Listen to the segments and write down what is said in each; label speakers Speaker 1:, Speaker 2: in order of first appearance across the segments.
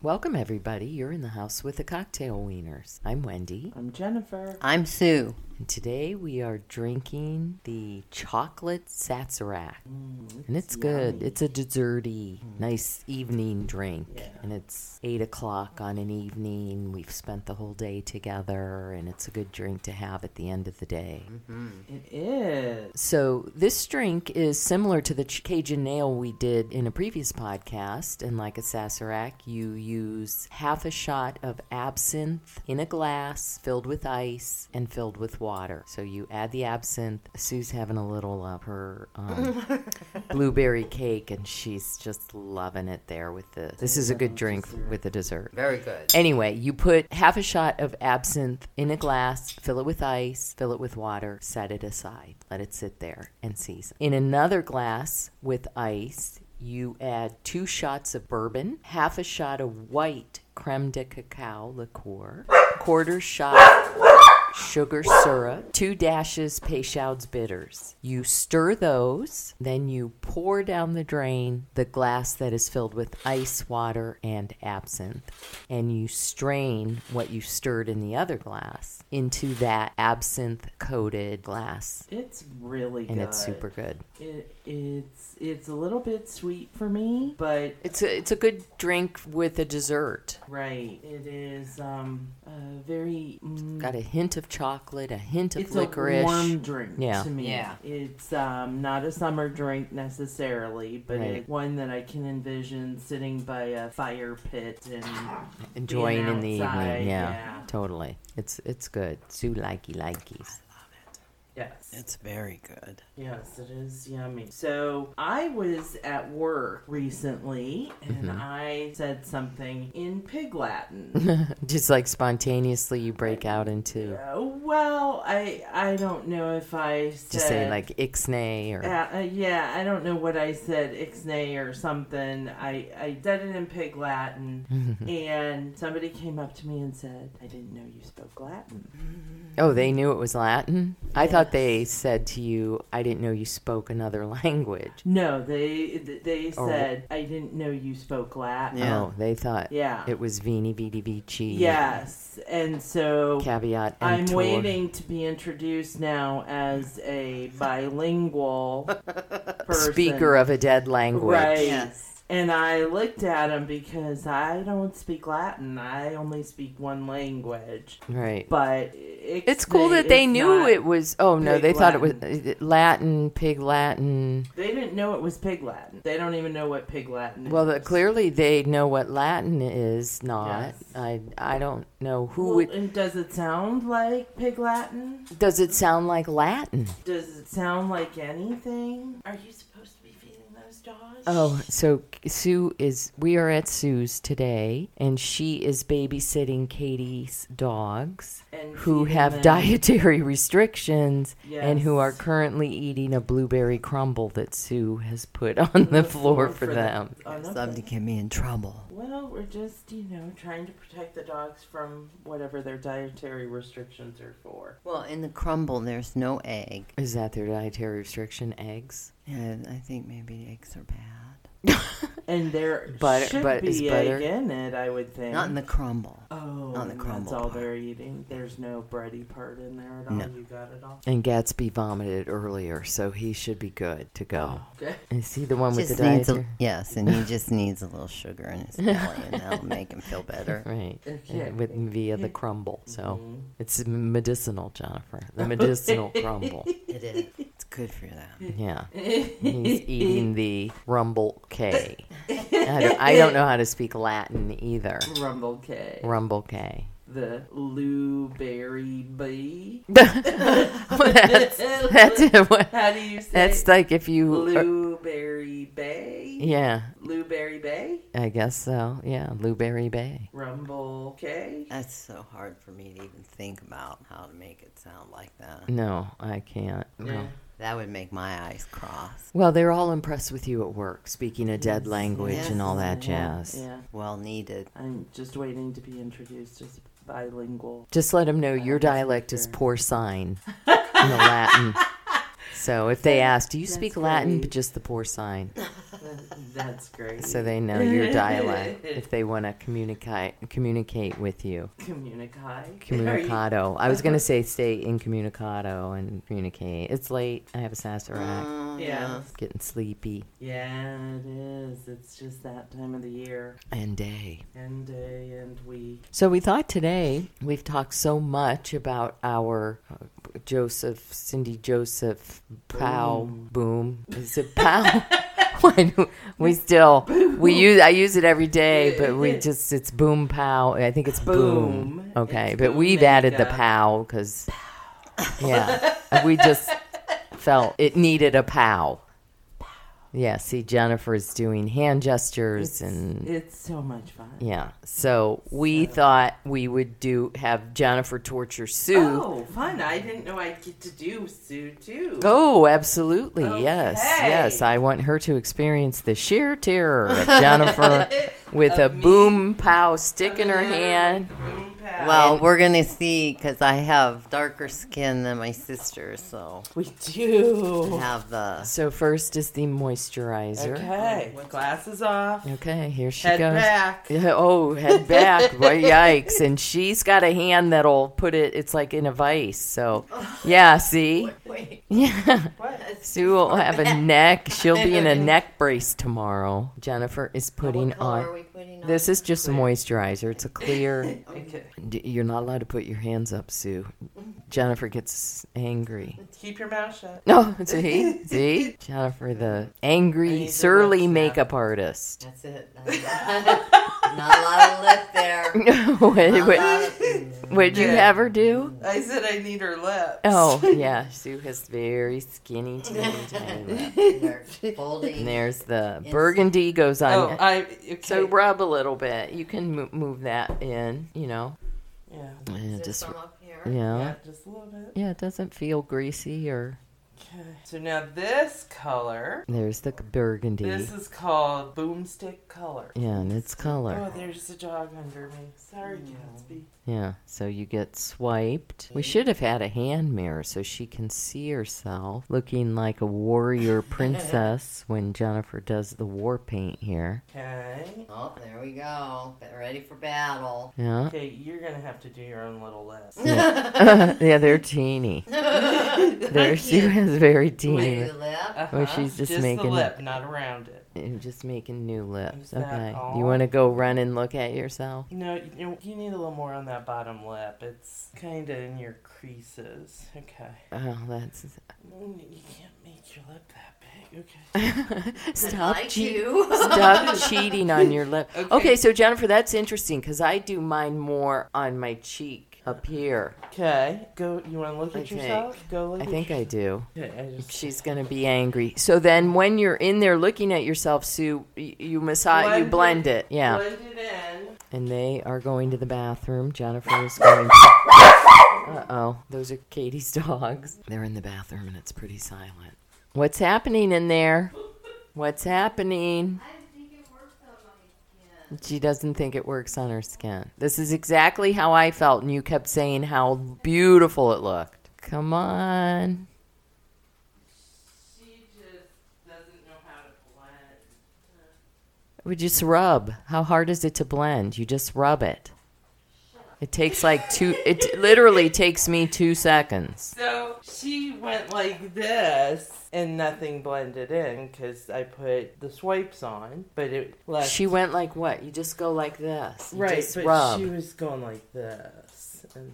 Speaker 1: Welcome, everybody. You're in the house with the cocktail wieners. I'm Wendy,
Speaker 2: I'm Jennifer.
Speaker 3: I'm Sue.
Speaker 1: and today we are drinking the chocolate Sazerac. and it's good. It's a desserty, nice evening drink. And it's 8 o'clock on an evening. We've spent the whole day together, and it's a good drink to have at the end of the day.
Speaker 3: Mm,
Speaker 2: It is.
Speaker 1: So this drink is similar to the Ch- Cajun nail we did in a previous podcast, and like a sazerac, you use half a shot of absinthe in a glass filled with ice and filled with water. So you add the absinthe. Sue's having a little of her um, blueberry cake, and she's just loving it there with the. This is a good drink with the dessert.
Speaker 3: Very good.
Speaker 1: Anyway, you put half a shot of absinthe in a glass, fill it with ice, fill it with water, set it aside, let it sit there and season. In another glass with ice, you add two shots of bourbon, half a shot of white creme de cacao liqueur, quarter shot sugar syrup, two dashes Peychaud's bitters. You stir those, then you pour down the drain the glass that is filled with ice water and absinthe, and you strain what you stirred in the other glass into that absinthe coated glass.
Speaker 2: It's really good.
Speaker 1: And it's super good.
Speaker 2: It, it's it's a little bit sweet for me, but
Speaker 1: It's a, it's a good drink with a dessert.
Speaker 2: right, it is um a very mm,
Speaker 1: Got a hint of chocolate, a hint of
Speaker 2: it's
Speaker 1: licorice.
Speaker 2: a warm drink
Speaker 1: Yeah.
Speaker 2: to me.
Speaker 3: Yeah.
Speaker 2: It's um not a summer drink necessarily, but
Speaker 1: Right.
Speaker 2: it's one that I can envision sitting by a fire pit and
Speaker 1: enjoying in the
Speaker 2: outside,
Speaker 1: evening. Yeah,
Speaker 2: yeah.
Speaker 1: totally. It's it's good. Sue likey likeys.
Speaker 2: yes.
Speaker 3: It's very good.
Speaker 2: Yes, it is yummy. So I was at work recently and
Speaker 1: Mm-hmm.
Speaker 2: I said something in pig Latin.
Speaker 1: Just like spontaneously, you break out into
Speaker 2: Uh, well, I I don't know if I said
Speaker 1: just say like ixnay or
Speaker 2: uh, uh, yeah, I don't know what I said, ixnay or something. I, I did it in pig Latin,
Speaker 1: Hmm.
Speaker 2: and somebody came up to me and said, I didn't know you spoke Latin.
Speaker 1: oh, they knew it was Latin. I thought they said to you, "I didn't know you spoke another language."
Speaker 2: No, they they
Speaker 1: Oh.
Speaker 2: said, I didn't know you spoke Latin.
Speaker 3: Yeah.
Speaker 1: Oh, they thought
Speaker 2: Yeah.
Speaker 1: it was Vini Vidi Vici.
Speaker 2: Yes, and so
Speaker 1: caveat.
Speaker 2: I'm
Speaker 1: emptor.
Speaker 2: waiting to be introduced now as a bilingual person.
Speaker 1: Speaker of a dead language.
Speaker 2: right.
Speaker 3: Yes.
Speaker 2: And I looked at him because I don't speak Latin. I only speak one language.
Speaker 1: Right.
Speaker 2: But it's,
Speaker 1: It's cool that they knew it was. Oh no,
Speaker 2: Pig
Speaker 1: they thought it was uh, Latin, Pig Latin.
Speaker 2: They didn't know it was Pig Latin. They don't even know what Pig Latin is.
Speaker 1: Well, the, clearly they know what Latin is. Not.
Speaker 2: Yes.
Speaker 1: I. I don't know who
Speaker 2: Well,
Speaker 1: would.
Speaker 2: and does it sound like Pig Latin?
Speaker 1: Does it sound like Latin?
Speaker 2: Does it sound like anything? Are you supposed to be feeding those dogs?
Speaker 1: Oh, so Sue is. We are at Sue's today, and she is babysitting Katie's dogs.
Speaker 2: And
Speaker 1: Who
Speaker 2: feeding
Speaker 1: have
Speaker 2: them-
Speaker 1: dietary restrictions and who are
Speaker 2: Yes.
Speaker 1: currently eating a blueberry crumble that Sue has put on the floor for them.
Speaker 2: Oh, no.
Speaker 3: Somebody get me in trouble.
Speaker 2: Well, we're just, you know, trying to protect the dogs from whatever their dietary restrictions are for.
Speaker 3: Well, in the crumble, there's no egg.
Speaker 1: Is that their dietary restriction? Eggs?
Speaker 3: Yeah, I think maybe eggs are bad.
Speaker 2: And there
Speaker 1: Butter-
Speaker 2: should
Speaker 1: but- is
Speaker 2: be
Speaker 1: butter-
Speaker 2: egg in it, I would think.
Speaker 3: Not in the crumble.
Speaker 2: Oh,
Speaker 3: not in the
Speaker 2: and
Speaker 3: crumble
Speaker 2: that's all
Speaker 3: part.
Speaker 2: they're eating. There's no bready part in there at all.
Speaker 3: No.
Speaker 2: You got it all.
Speaker 1: And Gatsby vomited earlier, so he should be good to go.
Speaker 2: Okay.
Speaker 1: Is he the one with the
Speaker 3: Just needs
Speaker 1: dietary?
Speaker 3: a, yes, and he just needs a little sugar in his belly, and that'll make him feel better.
Speaker 1: Right.
Speaker 2: Okay.
Speaker 1: Uh, With via the
Speaker 2: Yeah.
Speaker 1: crumble. So
Speaker 2: Mhm.
Speaker 1: it's medicinal, Jennifer. The medicinal crumble.
Speaker 3: It is. It's good for them.
Speaker 1: Yeah. He's eating the rumble K. I don't, I don't know how to speak Latin either.
Speaker 2: Mm-hmm. Rumble K.
Speaker 1: Rumble K.
Speaker 2: The blueberry bee.
Speaker 1: that's, that's,
Speaker 2: How do you say
Speaker 1: that's like if you. are-
Speaker 2: Blueberry bay?
Speaker 1: yeah,
Speaker 2: Blueberry bay?
Speaker 1: I guess so. Yeah, Blueberry Bay.
Speaker 2: Rumble K?
Speaker 3: That's so hard for me to even think about how to make it sound like that.
Speaker 1: No, I can't. No.
Speaker 2: Yeah.
Speaker 3: That would make my eyes cross.
Speaker 1: Well, they're all impressed with you at work, speaking a dead language
Speaker 3: yes,
Speaker 1: and all that
Speaker 2: Yeah,
Speaker 1: jazz.
Speaker 2: Yeah.
Speaker 3: Well needed.
Speaker 2: I'm just waiting to be introduced as bilingual.
Speaker 1: Just let them know your dialect is
Speaker 2: sure.
Speaker 1: porcine in the Latin. So if they ask, do you
Speaker 2: That's
Speaker 1: speak Latin?
Speaker 2: great.
Speaker 1: Just the porcine.
Speaker 2: That's great.
Speaker 1: so they know your dialect if they want to communicate communicate with you.
Speaker 2: Communicate.
Speaker 1: Communicado. I was gonna say stay incommunicado and communicate. It's late. I have a sazerac.
Speaker 2: Uh.
Speaker 3: Oh,
Speaker 2: Yeah.
Speaker 1: Getting sleepy.
Speaker 2: Yeah, it is. It's just that time of the year.
Speaker 1: And day.
Speaker 2: And day and week.
Speaker 1: So we thought today we've talked so much about our uh, Joseph, Cindy Joseph, pow, boom. Is it pow? Why do- we still we use I use it every day, but we just it's boom pow. I think it's boom.
Speaker 2: Boom.
Speaker 1: Okay,
Speaker 2: It's
Speaker 1: but
Speaker 2: boom
Speaker 1: we've
Speaker 2: and
Speaker 1: added the
Speaker 2: go.
Speaker 1: pow because yeah, we just felt it needed a pow. Yeah, see Jennifer's doing hand gestures and
Speaker 2: It's so much fun.
Speaker 1: yeah. So we thought we would do have Jennifer torture Sue.
Speaker 2: Oh, fun. I didn't know I'd get to do Sue too.
Speaker 1: Oh, absolutely. Yes.
Speaker 2: Okay.
Speaker 1: Yes. I want her to experience the sheer terror of Jennifer with a boom pow stick in her hand.
Speaker 2: Boom, pow.
Speaker 3: Well, we're gonna see because I have darker skin than my sister, so
Speaker 2: we do.
Speaker 3: have the
Speaker 1: So first is the moisturizer.
Speaker 2: Okay. Glasses off.
Speaker 1: Okay, here she
Speaker 2: Head
Speaker 1: goes.
Speaker 2: back.
Speaker 1: Yeah, oh, head back. Right, yikes. And she's got a hand that'll put it, it's like in a vice. So, yeah, see?
Speaker 3: wait.
Speaker 1: Yeah.
Speaker 2: What?
Speaker 1: Sue will have a neck. She'll be in a neck brace tomorrow. Jennifer is putting on.
Speaker 3: we putting on? Oh,
Speaker 1: This is just a moisturizer. It's a clear.
Speaker 2: Okay.
Speaker 1: D- You're not allowed to put your hands up, Sue. Jennifer gets angry.
Speaker 2: Keep your mouth shut.
Speaker 1: No, see, see, Jennifer, the
Speaker 2: need
Speaker 1: angry,
Speaker 2: to
Speaker 1: surly
Speaker 2: watch that.
Speaker 1: makeup artist.
Speaker 3: That's it. Not a lot of lip there.
Speaker 1: what,
Speaker 3: Not
Speaker 1: what,
Speaker 3: a lot of-
Speaker 1: would you
Speaker 2: Yeah.
Speaker 1: have her do?
Speaker 2: I said I need her lips.
Speaker 1: Oh, yeah, Sue has very skinny, teeny, tiny lips.
Speaker 3: They're folding.
Speaker 1: And there's the burgundy goes on.
Speaker 2: Oh, I. Okay.
Speaker 1: So rub a little bit. You can move, move that in, you know.
Speaker 2: Yeah.
Speaker 1: Yeah,
Speaker 3: Is it
Speaker 1: just
Speaker 3: from up here?
Speaker 1: yeah.
Speaker 2: Yeah, just a little bit.
Speaker 1: Yeah, it doesn't feel greasy or
Speaker 2: Okay. So now this color.
Speaker 1: there's the burgundy.
Speaker 2: This is called boomstick color.
Speaker 1: yeah, and it's color.
Speaker 2: Oh, there's a dog under me. Sorry, Gatsby.
Speaker 1: Yeah. So you get swiped. We should have had a hand mirror so she can see herself looking like a warrior princess when Jennifer does the war paint here.
Speaker 2: Okay.
Speaker 3: Oh, there we go. Get ready for battle.
Speaker 1: Yeah.
Speaker 2: Okay, you're gonna have to do your own little list.
Speaker 1: yeah, they're teeny. There she
Speaker 2: Thank you.
Speaker 1: has very
Speaker 3: Ready
Speaker 1: teeny.
Speaker 3: to lip?
Speaker 2: Uh-huh.
Speaker 1: Oh, she's just
Speaker 2: the
Speaker 1: making-
Speaker 2: lip, not around it.
Speaker 1: You're just making new lips.
Speaker 2: Is that
Speaker 1: Okay. You
Speaker 2: all?
Speaker 1: want to go run and look at yourself?
Speaker 2: No, you, you need a little more on that bottom lip. It's kind of in your creases. Okay.
Speaker 1: Oh, that's
Speaker 2: Mm, You can't make your lip that big. Okay.
Speaker 1: stop
Speaker 3: Like
Speaker 1: cheating.
Speaker 3: you.
Speaker 1: Stop cheating on your lip. Okay.
Speaker 2: Okay.
Speaker 1: so Jennifer, that's interesting because I do mine more on my cheek up here.
Speaker 2: Okay. Go. You want to look
Speaker 1: I
Speaker 2: at yourself? Go look.
Speaker 1: I
Speaker 2: at
Speaker 1: think I do.
Speaker 2: your- Okay, I just.
Speaker 1: She's gonna be angry. So then, when you're in there looking at yourself, Sue, y- you massage, you blend
Speaker 2: Blend it.
Speaker 1: it, yeah.
Speaker 2: Blend it in.
Speaker 1: And they are going to the bathroom. Jennifer is going. To... Uh oh, those are Katie's dogs. They're in the bathroom and it's pretty silent. What's happening in there? What's happening?
Speaker 4: I think it works on my skin.
Speaker 1: She doesn't think it works on her skin. This is exactly how I felt, and you kept saying how beautiful it looked. Come on.
Speaker 2: She just doesn't know how to blend.
Speaker 1: We just rub. How hard is it to blend? You just rub it. It takes like two, it literally takes me two seconds.
Speaker 2: So she went like this, and nothing blended in because I put the swipes on, but it left.
Speaker 1: She went like what? You just go like this. You
Speaker 2: right,
Speaker 1: just
Speaker 2: but
Speaker 1: rub.
Speaker 2: she was going like this, and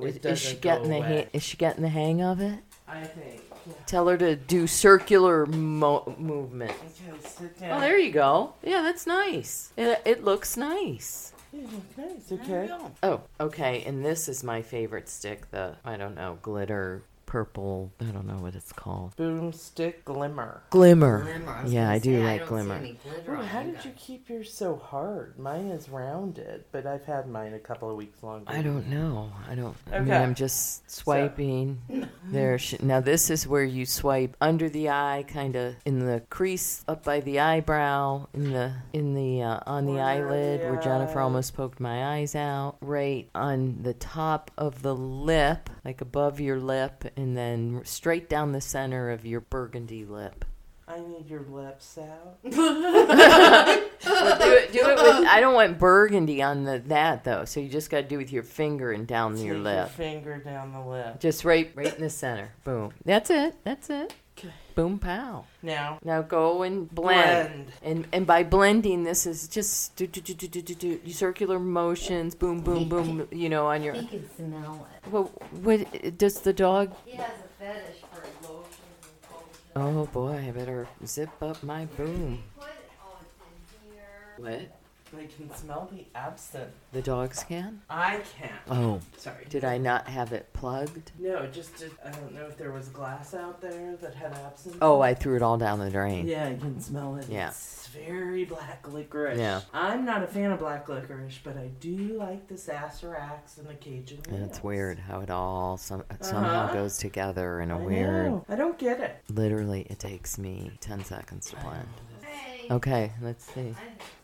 Speaker 1: Is-
Speaker 2: it
Speaker 1: is
Speaker 2: doesn't
Speaker 1: she
Speaker 2: go
Speaker 1: getting the
Speaker 2: away.
Speaker 1: ha- is she getting the hang of it?
Speaker 2: I think. Yeah.
Speaker 1: Tell her to do circular mo- movement.
Speaker 2: Okay, sit
Speaker 1: Oh,
Speaker 2: down.
Speaker 1: there you go. Yeah, that's nice. It, it looks nice.
Speaker 2: Yeah, look nice. Okay.
Speaker 1: Oh, okay. And this is my favorite stick, the I don't know, glitter purple, I don't know what it's called.
Speaker 2: Boomstick glimmer.
Speaker 1: Glimmer.
Speaker 3: Glimmer. was
Speaker 1: Yeah,
Speaker 3: gonna
Speaker 1: I do
Speaker 3: say,
Speaker 1: like
Speaker 3: don't see
Speaker 1: glimmer.
Speaker 3: any glitter
Speaker 2: Ooh,
Speaker 3: on
Speaker 2: how
Speaker 3: you
Speaker 2: did you keep yours so hard? Mine is rounded, but I've had mine a couple of weeks longer.
Speaker 1: I don't know. I don't I mean
Speaker 2: Okay.
Speaker 1: I'm just swiping. There sh- now this is where you swipe under the eye kind of in the crease up by the eyebrow in the in the uh, on the
Speaker 2: Corner of the
Speaker 1: eyelid where Jennifer
Speaker 2: eye.
Speaker 1: almost poked my eyes out right on the top of the lip like above your lip and then straight down the center of your burgundy lip.
Speaker 2: I need your lips out.
Speaker 1: Well, do it, do it with, I don't want burgundy on the that though. So you just got to do with your finger and down
Speaker 2: Take
Speaker 1: your
Speaker 2: Your
Speaker 1: lip.
Speaker 2: finger down the lip.
Speaker 1: Just right, right in the center. Boom. That's it. That's it.
Speaker 2: Okay.
Speaker 1: Boom, pow.
Speaker 2: Now,
Speaker 1: Now go and blend.
Speaker 2: blend.
Speaker 1: And and by blending, this is just do, do, do, do, do, do, do, circular motions. Boom, boom, boom. You know, on your.
Speaker 5: He can smell it.
Speaker 1: Well, what does the dog?
Speaker 4: He has a fetish for lotions and potions.
Speaker 1: Oh boy, I better zip up my boom.
Speaker 4: Put it all in here.
Speaker 1: What?
Speaker 2: I can smell the absinthe.
Speaker 1: The dog scan?
Speaker 2: I can't.
Speaker 1: Oh,
Speaker 2: Sorry.
Speaker 1: did I not have it plugged?
Speaker 2: No, just to, I don't know if there was glass out there that had absinthe.
Speaker 1: Oh, I threw it all down the drain.
Speaker 2: Yeah, I can smell it.
Speaker 1: Yeah.
Speaker 2: It's very black licorice.
Speaker 1: Yeah.
Speaker 2: I'm not a fan of black licorice, but I do like the sazeracs and the Cajun.
Speaker 1: And it's
Speaker 2: Wheels.
Speaker 1: weird how it all some, somehow
Speaker 2: Uh-huh.
Speaker 1: goes together in
Speaker 2: I
Speaker 1: a weird.
Speaker 2: know. I don't get it.
Speaker 1: Literally, it takes me 10 seconds to blend.
Speaker 4: Hey,
Speaker 1: Okay, let's see.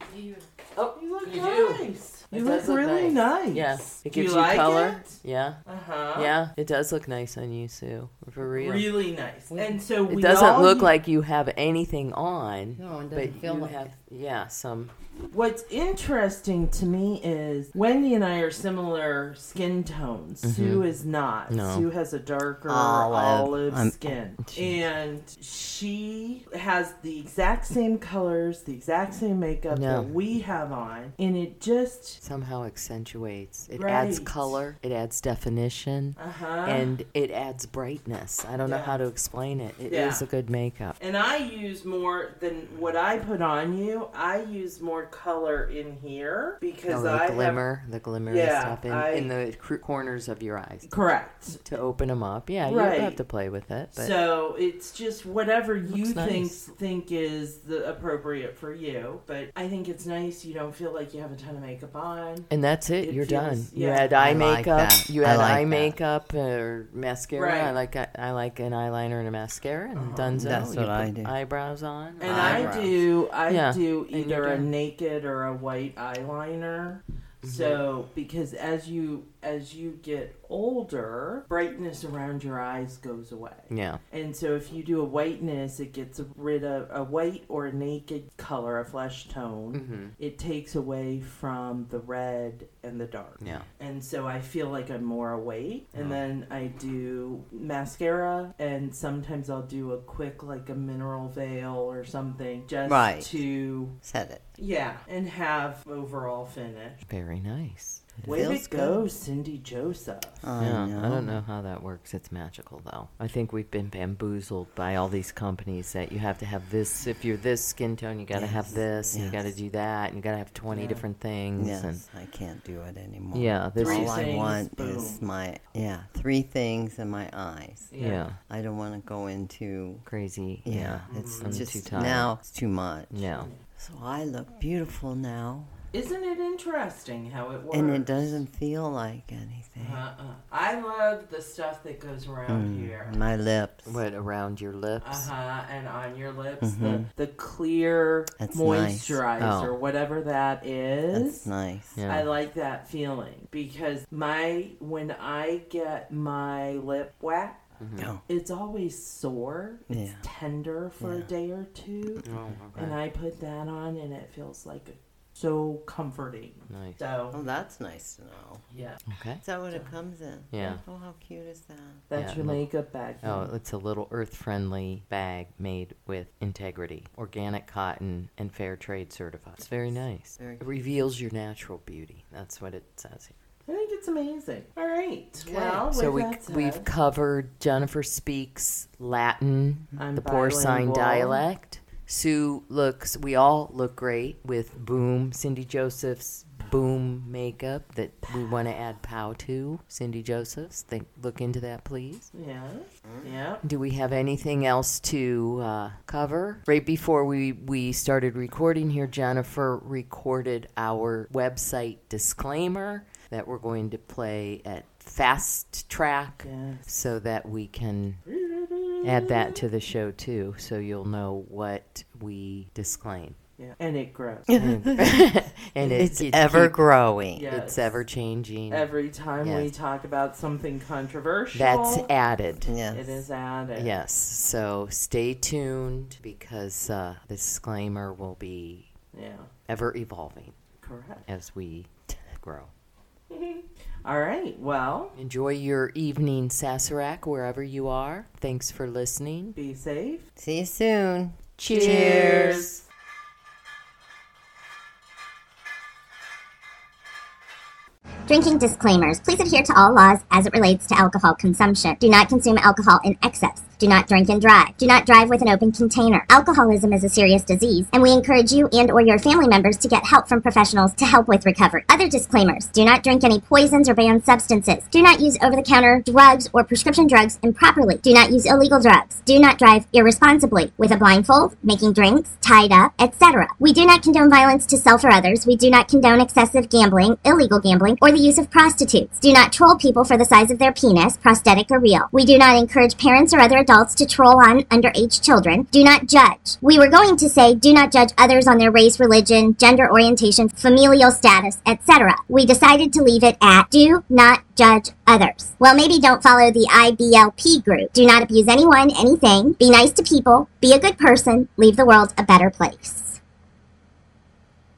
Speaker 4: I you
Speaker 1: Oh,
Speaker 2: You look
Speaker 1: You do.
Speaker 2: nice.
Speaker 1: It
Speaker 2: You look
Speaker 1: does look
Speaker 2: really nice.
Speaker 1: Yeah. It
Speaker 2: Do
Speaker 1: gives you,
Speaker 2: like
Speaker 1: color.
Speaker 2: it?
Speaker 1: Yeah.
Speaker 2: Uh-huh.
Speaker 1: Yeah. It does look nice on you, Sue. For real.
Speaker 2: Really nice. And so we
Speaker 1: It doesn't
Speaker 2: all
Speaker 1: look
Speaker 2: u-
Speaker 1: like you have anything on.
Speaker 5: No, it
Speaker 1: But
Speaker 5: doesn't feel
Speaker 1: you
Speaker 5: like
Speaker 1: have,
Speaker 5: it.
Speaker 1: yeah, some.
Speaker 2: What's interesting to me is Wendy and I are similar skin tones. Sue is not.
Speaker 1: Mm-hmm. No.
Speaker 2: Sue has a darker olive,
Speaker 3: Olive. I'm-
Speaker 2: skin.
Speaker 1: Jeez.
Speaker 2: And she has the exact same colors, the exact same makeup
Speaker 1: No.
Speaker 2: that we have on. And it just,
Speaker 1: Somehow accentuates. It adds
Speaker 2: Right.
Speaker 1: color. It adds definition.
Speaker 2: uh huh.
Speaker 1: and it adds brightness. I don't know
Speaker 2: Yeah.
Speaker 1: how to explain it. It is
Speaker 2: Yeah.
Speaker 1: a good makeup.
Speaker 2: And I use more than what I put on you. I use more color in here
Speaker 1: Oh,
Speaker 2: because
Speaker 1: the
Speaker 2: I have-
Speaker 1: glimmer, the glimmer and
Speaker 2: Yeah,
Speaker 1: stuff in,
Speaker 2: I-
Speaker 1: in the cr- corners of your eyes
Speaker 2: correct.
Speaker 1: to open them up. Yeah, you
Speaker 2: Right.
Speaker 1: don't have to play with it, but
Speaker 2: so it's just whatever you
Speaker 1: Looks
Speaker 2: think
Speaker 1: nice.
Speaker 2: think is the appropriate for you. But I think it's nice. You don't feel like you have a ton of makeup on.
Speaker 1: and that's it.
Speaker 2: It
Speaker 1: you're done.
Speaker 2: feels-
Speaker 1: You
Speaker 2: yeah.
Speaker 1: had eye
Speaker 3: I like
Speaker 1: makeup.
Speaker 3: that.
Speaker 1: You
Speaker 3: I
Speaker 1: had
Speaker 3: like
Speaker 1: eye
Speaker 3: that.
Speaker 1: makeup or mascara.
Speaker 2: Right. Oh,
Speaker 1: I like I like an eyeliner and a mascara and donezo.
Speaker 3: That's
Speaker 1: You
Speaker 3: what I
Speaker 1: put
Speaker 3: do.
Speaker 1: Eyebrows on.
Speaker 2: And
Speaker 3: Eyebrows.
Speaker 2: I do, I
Speaker 1: Yeah,
Speaker 2: do
Speaker 1: and
Speaker 2: either
Speaker 1: you're
Speaker 2: a
Speaker 1: done.
Speaker 2: naked or a white eyeliner.
Speaker 1: Mm-hmm.
Speaker 2: So because as you as you get older, brightness around your eyes goes away.
Speaker 1: yeah,
Speaker 2: And so if you do a whiteness, it gets rid of a white or naked color, a flesh tone.
Speaker 3: Mm-hmm.
Speaker 1: Mm-hmm.
Speaker 2: It takes away from the red and the dark.
Speaker 1: yeah.
Speaker 2: And so I feel like I'm more awake. And then I do mascara, and sometimes I'll do a quick, like a mineral veil or something just
Speaker 3: Right.
Speaker 2: to,
Speaker 3: Said it.
Speaker 2: yeah, and have overall finish.
Speaker 1: Very nice.
Speaker 2: Way
Speaker 3: feels
Speaker 2: to go,
Speaker 3: good.
Speaker 2: Cindy Joseph.
Speaker 3: I
Speaker 1: yeah,
Speaker 3: know.
Speaker 1: I don't know how that works. It's magical, though. I think we've been bamboozled by all these companies that you have to have this. If you're this skin tone, you got to have
Speaker 3: Yes,
Speaker 1: this, and you got to
Speaker 3: yes.
Speaker 1: do that, and you got to have 20
Speaker 2: Yeah.
Speaker 1: differee things. And
Speaker 3: Yes, I can't do it anymore.
Speaker 1: Yeah, this
Speaker 2: Three
Speaker 3: all I
Speaker 2: things,
Speaker 3: want
Speaker 2: boom.
Speaker 3: is my yeah three things and my eyes.
Speaker 1: yeah.
Speaker 3: I don't want to go into
Speaker 1: crazy. Yeah.
Speaker 3: yeah. It's
Speaker 1: I'm
Speaker 3: just
Speaker 1: too tired.
Speaker 3: now it's too much.
Speaker 1: No.
Speaker 3: So I look beautiful now,
Speaker 2: Isn't it interesting how it works?
Speaker 3: and it doesn't feel like anything. Mm,
Speaker 2: Uh-uh. I love the stuff that goes around here.
Speaker 3: My lips.
Speaker 1: What, around your
Speaker 2: Uh
Speaker 1: lips?
Speaker 2: huh. And on your lips, the, the clear
Speaker 3: That's nice.
Speaker 2: moisturizer,
Speaker 1: Oh.
Speaker 2: whatever that is.
Speaker 3: That's nice.
Speaker 1: Yeah.
Speaker 2: I like that feeling because my when I get my lip wet,
Speaker 1: Mm-hmm.
Speaker 3: Oh,
Speaker 2: it's always sore. It's
Speaker 3: Yeah.
Speaker 2: tender for a
Speaker 3: Yeah.
Speaker 2: day or two,
Speaker 1: Oh,
Speaker 2: and I put that on, and it feels like so comforting.
Speaker 1: Nice.
Speaker 2: So
Speaker 3: Oh, that's nice to know.
Speaker 2: yeah,
Speaker 1: Okay.
Speaker 3: Is that what it comes in?
Speaker 1: Yeah.
Speaker 3: Oh, how cute is that?
Speaker 2: that's
Speaker 1: Yeah,
Speaker 2: your
Speaker 1: no.
Speaker 2: makeup bag.
Speaker 1: Oh, it's a little earth friendly bag made with integrity, organic cotton, and fair trade certified. It's very nice.
Speaker 3: Very
Speaker 1: It reveals your natural beauty. That's what it says here.
Speaker 2: I think it's amazing. All right. Well,
Speaker 1: So we,
Speaker 2: with that
Speaker 1: we've
Speaker 2: said,
Speaker 1: covered Jennifer speaks Latin,
Speaker 2: I'm
Speaker 1: the porcine
Speaker 2: bilingual.
Speaker 1: dialect. Sue looks, we all look great with boom, Cindy Joseph's boom makeup that we want to add pow to. Cindy Joseph's, think, look into that please.
Speaker 2: Yes. Yeah.
Speaker 1: Do we have anything else to uh, cover? Right before we, we started recording here, Jennifer recorded our website disclaimer that we're going to play at fast track
Speaker 2: Yeah.
Speaker 1: so that we can add that to the show too, so you'll know what we disclaim.
Speaker 2: Yeah. And it grows.
Speaker 1: and it,
Speaker 3: It's
Speaker 1: it
Speaker 3: ever
Speaker 1: keep-
Speaker 3: growing.
Speaker 2: Yeah.
Speaker 1: it's ever changing.
Speaker 2: Every time we
Speaker 1: Yes.
Speaker 2: talk about something controversial,
Speaker 1: That's added.
Speaker 3: Yes.
Speaker 2: it is added.
Speaker 1: Yes. So stay tuned because uh, disclaimer will be
Speaker 2: Yeah.
Speaker 1: ever evolving
Speaker 2: Correct.
Speaker 1: as we grow.
Speaker 2: All right. Well,
Speaker 1: Enjoy your evening, Sazerac, wherever you are. Thanks for listening.
Speaker 2: be safe.
Speaker 3: See you soon.
Speaker 2: Cheers.
Speaker 5: Drinking disclaimers. Please adhere to all laws as it relates to alcohol consumption. Do not consume alcohol in excess. Do not drink and drive. Do not drive with an open container. Alcoholism is a serious disease, and we encourage you and or your family members to get help from professionals to help with recovery. Other disclaimers. Do not drink any poisons or banned substances. Do not use over-the-counter drugs or prescription drugs improperly. Do not use illegal drugs. Do not drive irresponsibly with a blindfold, making drinks, tied up, etc. We do not condone violence to self or others. We do not condone excessive gambling, illegal gambling, or the use of prostitutes. Do not troll people for the size of their penis, prosthetic or real. We do not encourage parents or other adults to troll on underage children. Do not judge. We were going to say do not judge others on their race, religion, gender orientation, familial status, etc. We decided to leave it at do not judge others. Well, maybe don't follow the IBLP group. Do not abuse anyone, anything. Be nice to people. Be a good person. Leave the world a better place.